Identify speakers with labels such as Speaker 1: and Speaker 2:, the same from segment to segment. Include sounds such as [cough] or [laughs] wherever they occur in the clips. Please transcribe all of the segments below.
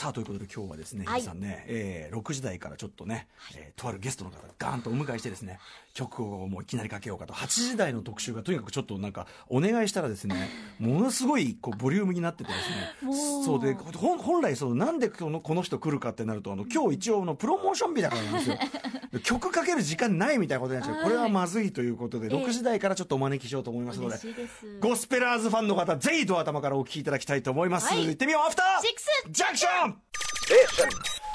Speaker 1: さあということで今日はですね、
Speaker 2: はい
Speaker 1: 日比さんね、えー6時台からちょっとね、えーとあるゲストの方ガーンとお迎えしてですね曲をもういきなりかけようかと8時台の特集がとにかくちょっとなんかお願いしたらです
Speaker 2: [laughs]
Speaker 1: ねものすごいこうボリュームになっててで
Speaker 2: も
Speaker 1: すね
Speaker 2: う
Speaker 1: そうで本本来そのなんでこのこの人来るかってなるとあの今日一応あのプロモーション日だからなんです
Speaker 2: [laughs]
Speaker 1: よで曲かける時間ないみたいなことになっちゃうこれはまずいということで
Speaker 2: ええ
Speaker 1: 6時台からちょっとお招きしようと思いますので
Speaker 2: 嬉しいです
Speaker 1: ゴスペラーズファンの方、ぜひドア頭からお聞きいただきたいと思います。
Speaker 2: はい
Speaker 1: 行ってみよう、アフター
Speaker 2: シックス
Speaker 1: ジャンクション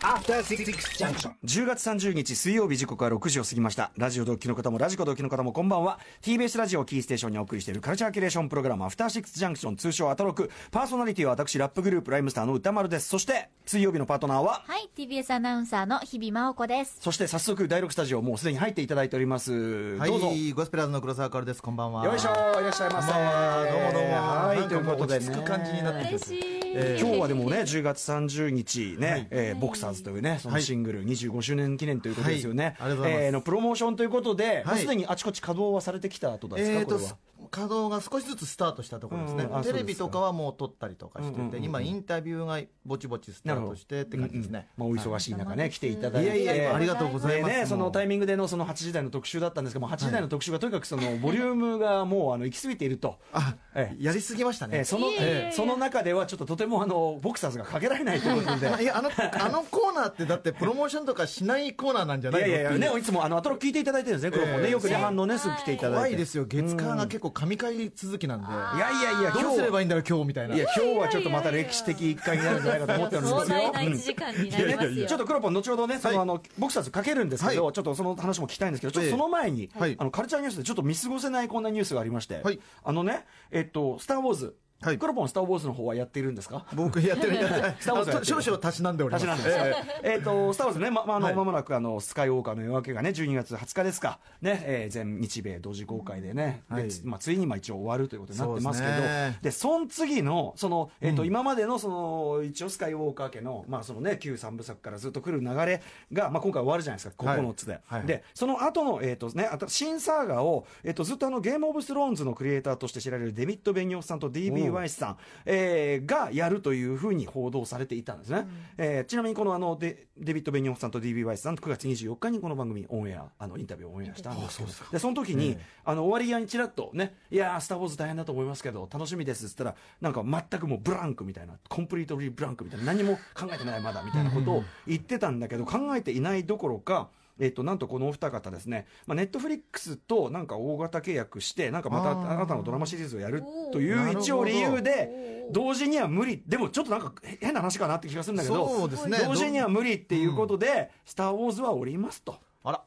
Speaker 3: After Six Junction.
Speaker 1: 10月30日水曜日時刻は6時を過ぎましたラジオ同期の方もラジコ同期の方もこんばんは TBS ラジオをキーステーションにお送りしているカルチャーキュレーションプログラム「アフターシックスジャンクション」通称アトロクパーソナリティは私ラップグループライムスターの歌丸ですそして水曜日のパートナーは
Speaker 2: はい、TBS アナウンサーの日々真央子です。
Speaker 1: そして早速第6スタジオもうすでに入っていただいております、
Speaker 4: はい、
Speaker 1: どうぞ
Speaker 4: ゴスペラーズの黒沢かおるです。こんばんは。
Speaker 1: よいしょいらっしゃいませ
Speaker 4: こんばんはどうもどうも
Speaker 1: はい
Speaker 4: なん
Speaker 1: とい
Speaker 4: か
Speaker 1: う
Speaker 4: もう
Speaker 1: ことで
Speaker 4: 落ち着く感じになってきて
Speaker 2: 嬉しい。
Speaker 4: え
Speaker 1: 今日はでもね10月30日ね、えーボクサーズというねその
Speaker 4: はい
Speaker 1: シングル25周年記念ということですよね、
Speaker 4: はいありがとうございます
Speaker 1: えーのプロモーションということで、もう
Speaker 4: はい
Speaker 1: すでにあちこち稼働はされてきた後なんですか、
Speaker 4: えー
Speaker 1: ことれは、
Speaker 4: 稼働が少しずつスタートしたところですね、
Speaker 1: うんうんあ
Speaker 4: テレ
Speaker 1: そうで
Speaker 4: ビ
Speaker 1: すか
Speaker 4: とかはもう撮ったりとかしてて、
Speaker 1: うんうんうんうん
Speaker 4: 今インタビューがぼちぼちスタートしてって感じですね、
Speaker 1: まあ、お忙しい中ね、来ていただい
Speaker 4: い
Speaker 1: て
Speaker 4: やいやありがとうござい
Speaker 1: で
Speaker 4: ます、
Speaker 1: ね、そのタイ
Speaker 4: ム
Speaker 1: ミングでのその8時台の特集だったんですけども8時台の特集がとにかくそのボリュームがもうあの行き過ぎていると、
Speaker 4: あ、
Speaker 1: ええ
Speaker 4: やりすぎましたね、
Speaker 1: えーその
Speaker 2: いやいやいや
Speaker 1: その中ではちょっととてもあのボクサーズがかけられないということで
Speaker 4: あい [laughs] やあのあのコーナーってだってプロモーションとかしないコーナーなんじゃない
Speaker 1: い
Speaker 4: の
Speaker 1: やいやいや
Speaker 4: ってう
Speaker 1: ねいつもあのアトロック聞いていただいてるんですね黒もね、
Speaker 4: ええ
Speaker 1: よくね反応ねすぐ来ていただ
Speaker 4: 怖
Speaker 1: い
Speaker 4: い
Speaker 1: て
Speaker 4: ですよ月間が結構神回続きなんで、
Speaker 1: いやいやいや
Speaker 4: ど
Speaker 1: 今
Speaker 4: う
Speaker 1: 日
Speaker 4: す
Speaker 1: は
Speaker 4: ればいいんだろう今日みたいない
Speaker 1: や今日はちょっとまた歴史的一回になるんじゃないかと思ってるんですよ。
Speaker 2: 壮大な1時間になりますよ。
Speaker 1: ちょっとクロポン後ほどねその、あのボクサーズかけるんですけど、
Speaker 4: は
Speaker 1: ちょっとその話も聞きたいんですけどちょっと
Speaker 4: ええ
Speaker 1: その前に、
Speaker 4: はい
Speaker 1: あのカルチャーニュースでちょっと見過ごせないこんなニュースがありまして、
Speaker 4: はい
Speaker 1: あのねえっと「スター・ウォーズ」
Speaker 4: はい
Speaker 1: クロポン「スター・ウォーズ」の方はやっているんですか
Speaker 4: 僕やってるやってる
Speaker 1: スターウォーズやってる
Speaker 4: 少々たしなんでおりま
Speaker 1: 私
Speaker 4: す
Speaker 1: なんです
Speaker 4: ええ
Speaker 1: えっと、スター・ウォーズね、ま、まあ、あの、
Speaker 4: はい
Speaker 1: まもなく、あの、スカイウォーカーの夜明けがね、12月20日ですか。ね、えー全日米同時公開でね、で
Speaker 4: はい
Speaker 1: つまあ、ついに、まあ、一応終わるということになってますけど、
Speaker 4: そう
Speaker 1: で
Speaker 4: ですね
Speaker 1: その次の、その、えっ、と、今までの、その、一応スカイウォーカー家の、まあ、そのね、旧三部作からずっと来る流れが、まあ、今回終わるじゃないですか、
Speaker 4: はい
Speaker 1: 9つで。
Speaker 4: はい
Speaker 1: で、その後の、えっ、とね、あと新サーガを、えっ、と、ずっとあの、ゲームオブスローンズのクリエイターとして知られるデビッド・ベニオフさんと DB ・ワイスさん、えーがやるというふうに報道されていたんですね。えーちなみにこのあのデ、デビッド・ベニオフさんと DB ・ワイスさん、9月24日にこの番組オンエア、あの、インタビューをオンエアしたんですけど、で、その時に、あの、終わり際にちらっとね、いやー、スター・ウォーズ大変だと思いますけど、楽しみですっつったら、なんか全くもうブランクみたいな、コンプリートリーブランクみたいな、何も考えてないまだみたいなことを言ってたんだけど、考えていないどころか、えっと、なんとこのお二方ですね、まあ、ネットフリックスとなんか大型契約して、なんかまた
Speaker 4: あー
Speaker 1: 新たなドラマシリーズをやると
Speaker 4: おーないる
Speaker 1: う
Speaker 4: ほど
Speaker 1: 一応理由で、同時には無理、でもちょっとなんかへ変な話かなって気がするんだけど、
Speaker 4: そうですね
Speaker 1: 同時には無理っていうことで、スター・ウォーズはおりますと。
Speaker 4: あら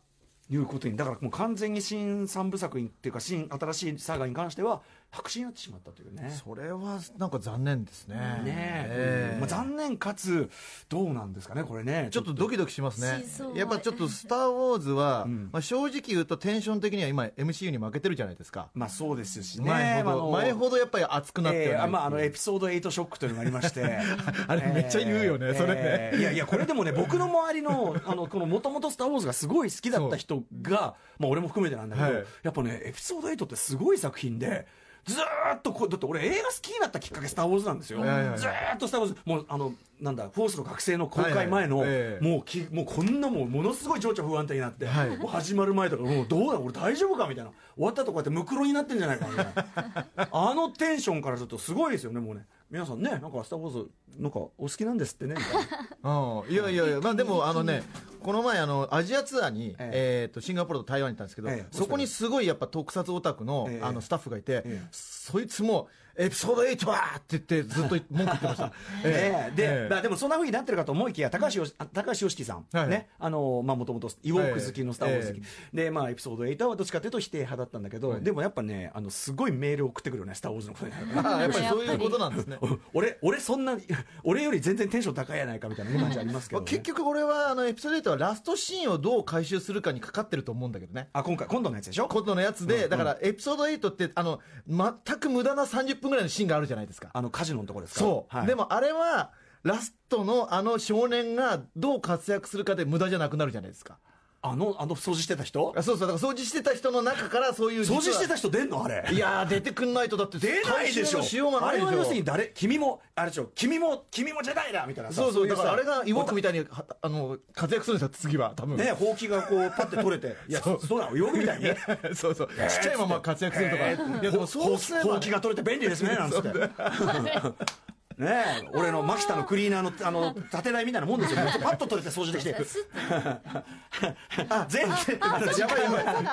Speaker 1: いうことにだからもう完全に新三部作にっていうか新新しいサーガに関しては白紙になってしまったというね。
Speaker 4: それはなんか残念ですね
Speaker 1: ね
Speaker 4: え
Speaker 1: え
Speaker 4: え
Speaker 1: まあ、残念かつどうなんですかねこれね
Speaker 4: ちょっとドキドキしますね
Speaker 2: しそう
Speaker 4: やっぱちょっと「スター・ウォーズは」
Speaker 1: ん
Speaker 4: まあ、正直言うとテンション的には今 MCU に負けてるじゃないですか、
Speaker 1: まあそうですしね
Speaker 4: 前ほ
Speaker 1: まああ
Speaker 4: ど
Speaker 1: の
Speaker 4: 前ほどやっぱり熱くなってはない
Speaker 1: えーまあ、あのエ
Speaker 4: エ
Speaker 1: ピソード8ショックというのがありまして
Speaker 4: [laughs] あれめっちゃ言うよねそれね
Speaker 1: えーいやいやこれで
Speaker 4: [laughs]
Speaker 1: もね僕の周りのあのこのもともと「スター・ウォーズ」がすごい好きだった人が、まあ、俺も含めてなんだけど、
Speaker 4: はい
Speaker 1: やっぱねエピソード8ってすごい作品で。ずーっとこうだって俺映画好きになったきっかけ「スター・ウォーズ」なんですよ、
Speaker 4: いはいはい
Speaker 1: ずーっと「スター・ウォーズ」もうあのなんだ「フォースの覚醒」の公開前の、
Speaker 4: はいはいええ
Speaker 1: もうきもうこんなもうものすごい情緒不安定になって、
Speaker 4: はい
Speaker 1: もう始まる前とかもうどうだ俺大丈夫かみたいな終わったとこうやってムクロになってんじゃないかみたいなあのテンションからちょっとすごいですよねもうね皆さんねなんか「スター・ウォーズ」なんかお好きなんですってねみたいな
Speaker 4: うん、いやいやいや、まあ、でもあのねこの前あのアジアツアーに、
Speaker 1: え
Speaker 4: えーとシンガポールと台湾に行ったんですけど、
Speaker 1: ええ
Speaker 4: そこにすごいやっぱ特撮オタクの,、
Speaker 1: ええ
Speaker 4: あのスタッフがいて、
Speaker 1: ええ
Speaker 4: そいつも「エピソード8は!」って言ってずっと文句言って
Speaker 1: [laughs]
Speaker 4: ました、
Speaker 1: ねで、
Speaker 4: ええ
Speaker 1: まあでもそんなふうになってるかと思いきや高橋よしあ高橋良樹さん、
Speaker 4: はい
Speaker 1: ねあのまあもともとイウォーク好きの「スター・ウォーズ」好き、
Speaker 4: え
Speaker 1: でまあエピソード8はどっちかというと否定派だったんだけど、
Speaker 4: はい
Speaker 1: でもやっぱねあのすごいメール送ってくるよね「スター・ウォーズ」のことに
Speaker 4: ああやっぱりそういうことな
Speaker 1: [laughs]
Speaker 4: んですね
Speaker 1: 俺俺そんな俺より全然テンション高いやないかみたいな感じありますけ
Speaker 4: まあ
Speaker 1: ど、ね、
Speaker 4: 結局俺はあのエピソード8はラストシーンをどう回収するかにかかってると思うんだけどね
Speaker 1: あ今回今度のやつでしょ
Speaker 4: 今度のやつ
Speaker 1: うんう
Speaker 4: で
Speaker 1: ん
Speaker 4: だからエピソード8ってあの全く無駄な30分ぐらいのシーンがあるじゃないですか
Speaker 1: あのカジノのとこですか
Speaker 4: そう、
Speaker 1: はい、
Speaker 4: でもあれはラストのあの少年がどう活躍するかで無駄じゃなくなるじゃないですか
Speaker 1: あのあの掃除してた人
Speaker 4: あそうそうだから掃除してた人の中からそういう
Speaker 1: 掃除してた
Speaker 4: 人
Speaker 1: 人出んのあれ
Speaker 4: いやー出てくんないとだって
Speaker 1: 出ないでしょ
Speaker 4: 回収のしようが
Speaker 1: あ
Speaker 4: ない
Speaker 1: れ
Speaker 4: でしょ
Speaker 1: は要するに誰君もあれでしょ君も君もジェダイだみたいなさ
Speaker 4: そうそう
Speaker 1: い
Speaker 4: だから
Speaker 1: さ
Speaker 4: あれがイモクみたいにはあの活躍するんですよ次は多分
Speaker 1: ねほうきがこうパッて取れていやそうそうなのよくみたいに
Speaker 4: [laughs] そうそうちっちゃいまま活躍するとか、いやでも
Speaker 1: ほ
Speaker 4: そうう
Speaker 1: き
Speaker 4: すれ
Speaker 1: ほ
Speaker 4: ば
Speaker 1: うきが取れて便利ですねなんつ
Speaker 4: [laughs]
Speaker 1: ってねえ俺の牧田のクリーナーのあの縦台みたいなもんです
Speaker 4: [laughs]
Speaker 1: よもうパッと取れて掃除できてあ全然
Speaker 4: やばいやば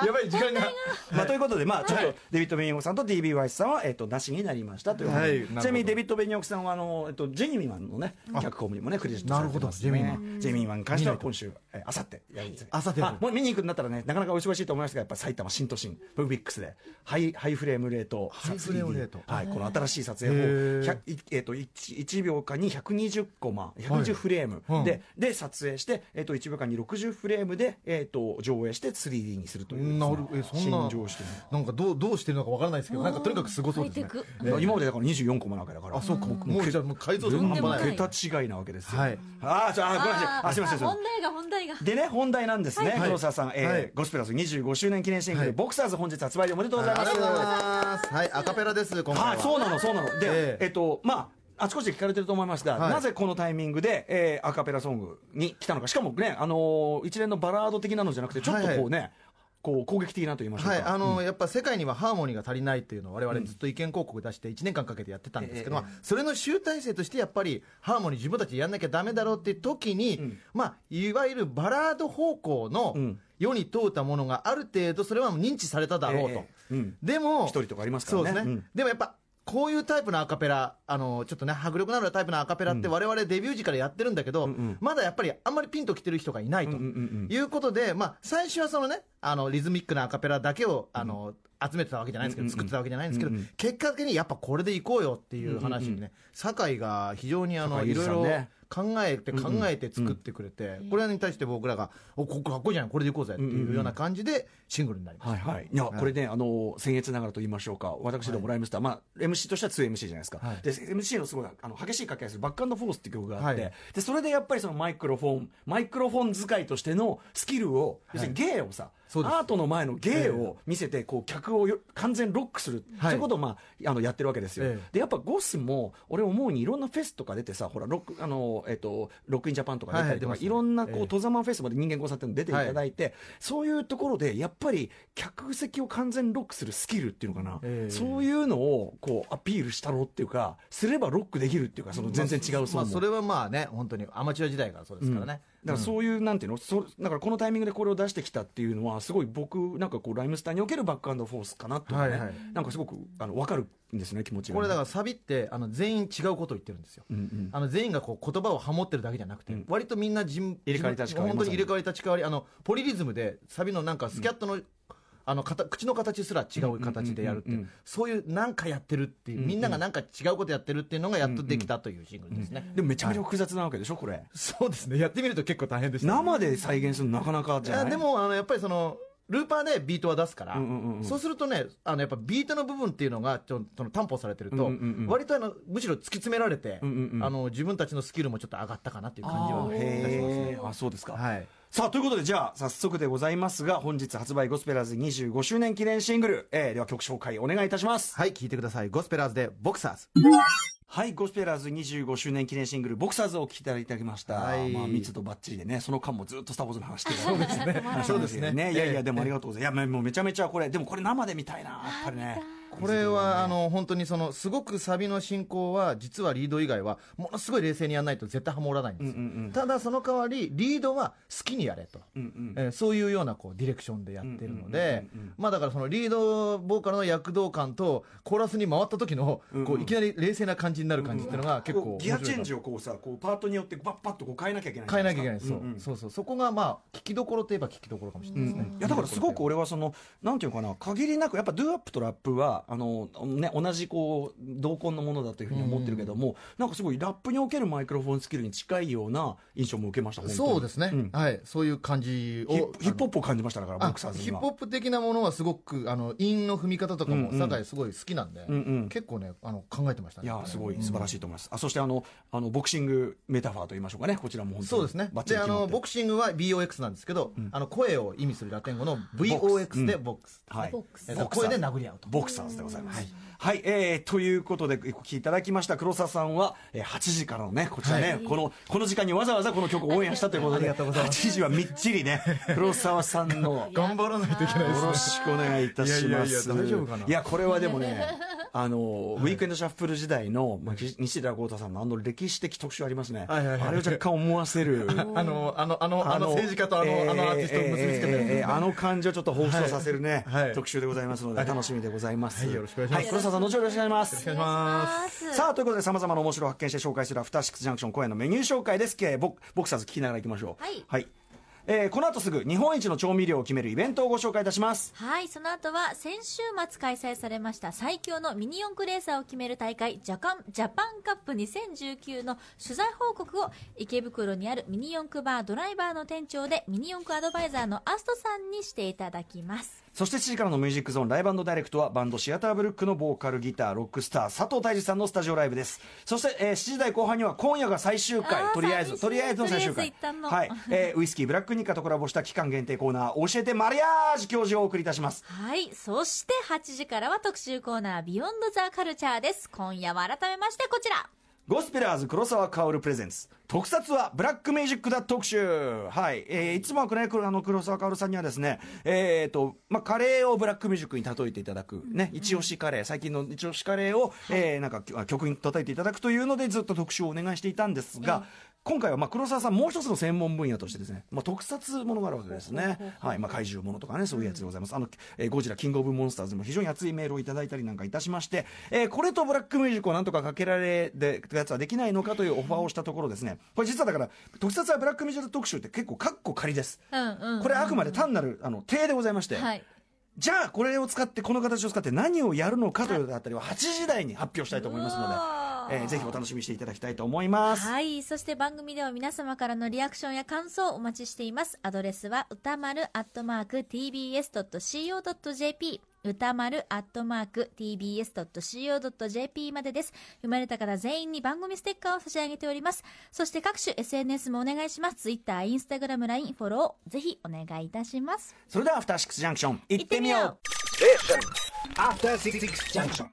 Speaker 4: いやばい時間が
Speaker 1: まあ、ということで、まあ、ちょっとデビッド・ベニオクさんと DB ワイスさんは、えっと、なしになりましたということで、
Speaker 4: はいなるほど
Speaker 1: ちなみにデビッド・ベニオクさんはあの、えっと、ジェニーマンのね脚本にもねクレジットされてます、ね、
Speaker 4: なるほどジェミ
Speaker 1: マンジェミーマンに関しては今週えあさってやるんですよ
Speaker 4: 明後日やる
Speaker 1: あもう見に行くんだったらねなかなかお忙しいと思いますがやっぱ埼玉新都心ブービックスでハイハイフレームレート
Speaker 4: ハイフレームレート
Speaker 1: 3D はい、この新しい撮影法
Speaker 4: へー
Speaker 1: 100いえっと 1, 秒間に120コマ
Speaker 4: はい
Speaker 1: 120フレーム、
Speaker 4: うん
Speaker 1: でで撮影して、えっと1秒間に60フレームで、えっと上映して 3D にするという
Speaker 4: なるえそんな
Speaker 1: 新常識の
Speaker 4: なんかどうどうしてるのかわからないですけどなんかとにかくすごそうですね
Speaker 2: ハイテク
Speaker 1: だから今までだから24個もなわけだから。
Speaker 4: あそうか
Speaker 1: も
Speaker 4: もうじゃあもう改造するの
Speaker 2: とんでもない
Speaker 1: 桁違いなわけですよ。
Speaker 4: はい
Speaker 1: あーちょあー、ごめんなさい。あ、すみません。すいませ
Speaker 2: 問
Speaker 1: ん
Speaker 2: 題が問題が
Speaker 1: でね、本題なんですね、
Speaker 4: はい
Speaker 1: 黒沢さん、えー
Speaker 4: はい
Speaker 1: ゴスペラーズ25周年記念シングル、
Speaker 4: はい
Speaker 1: ボクサーズ本日発売でおめでとうございま
Speaker 4: ありが
Speaker 1: す。
Speaker 4: とうございますはいアカペラです今
Speaker 1: は
Speaker 4: 回
Speaker 1: い、
Speaker 4: は
Speaker 1: そうなの、そうなの。で、
Speaker 4: え
Speaker 1: え
Speaker 4: え
Speaker 1: っと、まあ、あちこちで聞かれてると思いますが、
Speaker 4: はい
Speaker 1: なぜこのタイミングで、えーアカペラソングに来たのか、しかもね、あのー一連のバラード的なのじゃなくて、ちょっとこうね、こう攻撃的なと言いましょうか。
Speaker 4: はい、あのやっぱ世界にはハーモニーが足りないっていうのを我々ずっと意見広告出して1年間かけてやってたんですけど、
Speaker 1: ええ
Speaker 4: まあそれの集大成としてやっぱりハーモニー自分たちでやんなきゃダメだろうって時に、まあ、いわゆるバラード方向の
Speaker 1: うん
Speaker 4: 世に問うたものがある程度それは認知されただろうと、
Speaker 1: ええうん
Speaker 4: でも
Speaker 1: 一人とかありますからね
Speaker 4: そうですね、
Speaker 1: うん
Speaker 4: でもやっぱこういうタイプのアカペラ、あのちょっとね、迫力のあるタイプのアカペラって、我々デビュー時からやってるんだけど、
Speaker 1: ん
Speaker 4: まだやっぱりあんまりピンときてる人がいないと
Speaker 1: うんうんうんうん
Speaker 4: いうことで、まあ、最初はそのね、あのリズミックなアカペラだけをあの、集めてたわけじゃないんですけど、作ってたわけじゃないんですけど、
Speaker 1: うんうん
Speaker 4: 結果的にやっぱこれでいこうよっていう話にね、酒井が非常にあの、
Speaker 1: 酒井
Speaker 4: い
Speaker 1: さ
Speaker 4: ろい
Speaker 1: ん
Speaker 4: ろ
Speaker 1: ね
Speaker 4: 考えて考えて作ってくれて、これに対して僕らが、おここかっこいいじゃん、これでいこうぜっていうような感じで、シングルになりました。
Speaker 1: はいはい、いや、これね、あの僭越ながらと言いましょうか、私ども、ライムスター、まあ、MC としては 2MC じゃないですか、
Speaker 4: はい
Speaker 1: で MC のすごいあの激しい掛け合いする、バックアンドフォースって曲があって、
Speaker 4: はい
Speaker 1: でそれでやっぱりそのマイクロフォン、マイクロフォン使いとしてのスキルを、要するに芸をさ、ア
Speaker 4: そうです
Speaker 1: ートの前の芸を見せて、こう客をよ完全ロックする、
Speaker 4: は
Speaker 1: そ
Speaker 4: い
Speaker 1: ういうことを、まあ、あのやってるわけですよ、
Speaker 4: ええ
Speaker 1: でやっぱゴスも、俺思うにいろんなフェスとか出てさ、ほら、ロックあの、えっとロックインジャパンとか出たりとか、
Speaker 4: はいい出ますね
Speaker 1: ろんなこう、
Speaker 4: ええ
Speaker 1: 登山マンフェスまで人間交差点に出ていただいて、そういうところでやっぱり客席を完全ロックするスキルっていうのかな、
Speaker 4: ええ
Speaker 1: そういうのをこうアピールしたろうっていうかすればロックできるっていうかその全然違う層
Speaker 4: ま
Speaker 1: も、
Speaker 4: あ、それはまあね、本当にアマチュア時代からそうですからね。
Speaker 1: だからそういう、なんていうのそだからこのタイミングでこれを出してきたっていうのはすごい僕なんかこうライムスターにおけるバックアンドフォースかなとかね、
Speaker 4: はいはい
Speaker 1: なんかすごくあの分かるんですね気持ちがね、
Speaker 4: これだからサビってあの全員違うことを言ってるんですよ、あの全員がこう言葉をハモってるだけじゃなくて、割とみんな人
Speaker 1: 入れ替わり立ち替わり
Speaker 4: 本当に
Speaker 1: まさに
Speaker 4: 入れ替わり立ち替わりあのポリリズムでサビのなんかスキャットの、あの形口の形すら違う形でやるっていう,、
Speaker 1: うんうんうんうん
Speaker 4: そういうなんかやってるっていう、みんながなんか違うことやってるっていうのがやっとできたというシングルですね、
Speaker 1: でもめちゃめちゃ複雑なわけでしょこれ
Speaker 4: そうですねやってみると結構大変でしたね、
Speaker 1: 生で再現するのなかなかじゃない
Speaker 4: いやでもあのやっぱりそのルーパーでビートは出すから、
Speaker 1: うんうんうん
Speaker 4: そうするとねあのやっぱビートの部分っていうのがちょその担保されてると、
Speaker 1: うんうんうん
Speaker 4: 割とあのむしろ突き詰められて、
Speaker 1: んうんうん
Speaker 4: あの自分たちのスキルもちょっと上がったかなっていう感じ
Speaker 1: あ
Speaker 4: は
Speaker 1: ー
Speaker 4: いたします
Speaker 1: へ
Speaker 4: ね
Speaker 1: ーあそうですか、
Speaker 4: はい
Speaker 1: さあということでじゃあ早速でございますが本日発売ゴスペラーズ25周年記念シングル、えーでは曲紹介お願いいたします
Speaker 4: はい聞いてくださいゴスペラーズでボクサーズ
Speaker 1: はいゴスペラーズ25周年記念シングル「ボクサーズ」をお聴きいただいてきました、
Speaker 4: はい
Speaker 1: まあ、密度ばっちりでねその間もずっとスター・ウォーズの話して
Speaker 4: [laughs]
Speaker 1: るそうですね
Speaker 4: そうですね
Speaker 1: いやい
Speaker 4: え
Speaker 1: や
Speaker 4: え
Speaker 1: でもありがとうございますいやもうめちゃめちゃこれでもこれ生で見たいなやっぱりね
Speaker 4: これはあの本当にそのすごくサビの進行は実はリード以外はものすごい冷静にやらないと絶対ハモらないんですよ、
Speaker 1: うんうんうん
Speaker 4: ただその代わりリードは好きにやれと、
Speaker 1: うんうん
Speaker 4: えーそういうようなこうディレクションでやってるので
Speaker 1: うんうんうんうん、
Speaker 4: まあだからそのリードボーカルの躍動感とコーラスに回った時の
Speaker 1: うん
Speaker 4: こういきなり冷静な感じになる感じっていうのが結
Speaker 1: こ
Speaker 4: 構
Speaker 1: うギアチェンジ
Speaker 4: を
Speaker 1: をこうさこうパートによってバッパッとこう変えなきゃいけない
Speaker 4: 変えなきゃいけない
Speaker 1: です
Speaker 4: そう
Speaker 1: かんん
Speaker 4: そうそうそこがまあ聞きどころといえば聞きどころかもしれないですね。
Speaker 1: いやだからすごく俺はそのなんていうのかな限りなくやっぱドゥアップとラップははあの、ね、同じこう同梱のものだというふうに思ってるけども、なんかすごいラップにおけるマイクロフォンスキルに近いような印象も受けました本当に
Speaker 4: そうですね、
Speaker 1: ん
Speaker 4: はい、そういう感じを
Speaker 1: ヒップヒップホップを感じましただか
Speaker 4: あ
Speaker 1: ら
Speaker 4: の
Speaker 1: ボクサーズに
Speaker 4: ヒップ
Speaker 1: は
Speaker 4: ホップ的なものはすごくあの韻の踏み方とかも
Speaker 1: うんうん
Speaker 4: 酒井すごい好きなんで、
Speaker 1: うんうん
Speaker 4: 結構ねあの考えてました
Speaker 1: い
Speaker 4: ね
Speaker 1: やすごい素晴らしいと思います、あそしてあのあのボクシングメタファーと言いましょうかねこちらも本当に
Speaker 4: そうですね
Speaker 1: バッチリ
Speaker 4: であ
Speaker 1: 決まっ
Speaker 4: の
Speaker 1: て
Speaker 4: ボクシングは BOX なんですけど、あの声を意味するラテン語の VOX でボックス、
Speaker 1: はい
Speaker 2: ボックス
Speaker 4: えっと声で殴り合うと
Speaker 1: ボクサーズでございます。はい、えーということで、お聞きいただきました黒沢さんは、えー8時からのね、こちらね、この、この時間にわざわざこの曲を応援したということで、
Speaker 4: ありがとうございます
Speaker 1: 8時はみっちりね、黒沢さんの、よ
Speaker 4: 頑張らないといけないです
Speaker 1: ろしくお願いいたし
Speaker 4: いや
Speaker 1: ま
Speaker 4: いやいや
Speaker 1: す。
Speaker 4: 大丈夫かない
Speaker 1: や、これはでもね、あの、ウィークエンドシャッフル時代の、まあ、き西寺豪太さんのあの歴史的特集ありますね。
Speaker 4: はいはいはい
Speaker 1: あれを若干思わせ
Speaker 4: [laughs]
Speaker 1: る。
Speaker 4: あのあのあのあの政治家とあの,、
Speaker 1: え
Speaker 4: あのアーティストを結びつけて、
Speaker 1: えーえーあの感じをちょっと彷彿とさせるね、
Speaker 4: はいはい
Speaker 1: 特集でございますので、楽しみでございます。
Speaker 4: はいよろしくお願いします
Speaker 1: 黒沢さん、後ほどよろしくお願いします。
Speaker 4: お願いします
Speaker 2: ます
Speaker 1: さあ、ということで、さまざまな面白を発見して紹介するアフターシックスジャンクション公演のメニュー紹介ですけど、ボボクサーズ聞きながらいきましょう。
Speaker 2: はい
Speaker 1: えーこの後すぐ、日本一の調味料を決めるイベントをご紹介いたします。
Speaker 2: はい、その後は先週末開催されました最強のミニ四駆レーサーを決める大会ジャカンジャパンカップ2019の取材報告を池袋にあるミニ四駆バードライバーの店長でミニ四駆アドバイザーのアストさんにしていただきます。
Speaker 1: そして7時からのミュージックゾーンライブダイレクトはバンドシアターブルックのボーカルギターロックスター佐藤大二さんのスタジオライブですそして、えー7時台後半には今夜が最終回
Speaker 2: あー
Speaker 1: とりあえず
Speaker 2: 寂しい
Speaker 1: とりあえずの最終
Speaker 2: とりあ
Speaker 1: 回
Speaker 2: えず一旦の
Speaker 1: はい、えーウイスキーブラックニッカとコラボした期間限定コーナー教えてマリアージュ教授をお送りいたします
Speaker 2: はい、そして8時からは特集コーナービヨンドザカルチャーです。今夜は改めましてこちら。
Speaker 1: ゴスペラーズ黒沢薫プレゼンツ特撮はブラックミュージックだ特集はい、えーいつもはね黒あの黒沢薫さんにはですねえーと、まあ、カレーをブラックミュージックに例えていただくね、一押しカレー最近の一押しカレーを、えーなんかき曲に例えていただくというのでずっと特集をお願いしていたんですが、今回はまあ黒沢さん、もう一つの専門分野として、ですね、まあ、特撮ものがあるわけですね、はいまあ、怪獣ものとかね、そういうやつでございます、あのえーゴジラ、キングオブモンスターズも非常に熱いメールをいただいたりなんかいたしまして、えーこれとブラックミュージックをなんとかかけられでやつはできないのかというオファーをしたところですね、これ実はだから、特撮はブラックミュージック特集って結構、カッコ仮です。
Speaker 2: うんうん。
Speaker 1: これあくまで単なるあの体でございまして、
Speaker 2: はい。
Speaker 1: じゃあこれを使ってこの形を使って何をやるのかというあたりは8時台に発表したいと思います
Speaker 2: うわ
Speaker 1: の
Speaker 2: ー
Speaker 1: で、えーぜひお楽しみにしていただきたいと思います。
Speaker 2: はい。そして番組では皆様からのリアクションや感想をお待ちしています。アドレスは歌丸アットマーク tbs.co.jp 歌丸アットマーク tbs.co.jp までです。生まれた方全員に番組ステッカーを差し上げております。そして各種 SNS もお願いします。Twitter、Instagram、LINE、フォロー、ぜひお願いいたします。
Speaker 1: それではアフターシックスジャンクション行ってみよう
Speaker 3: アフターシックスジャンクション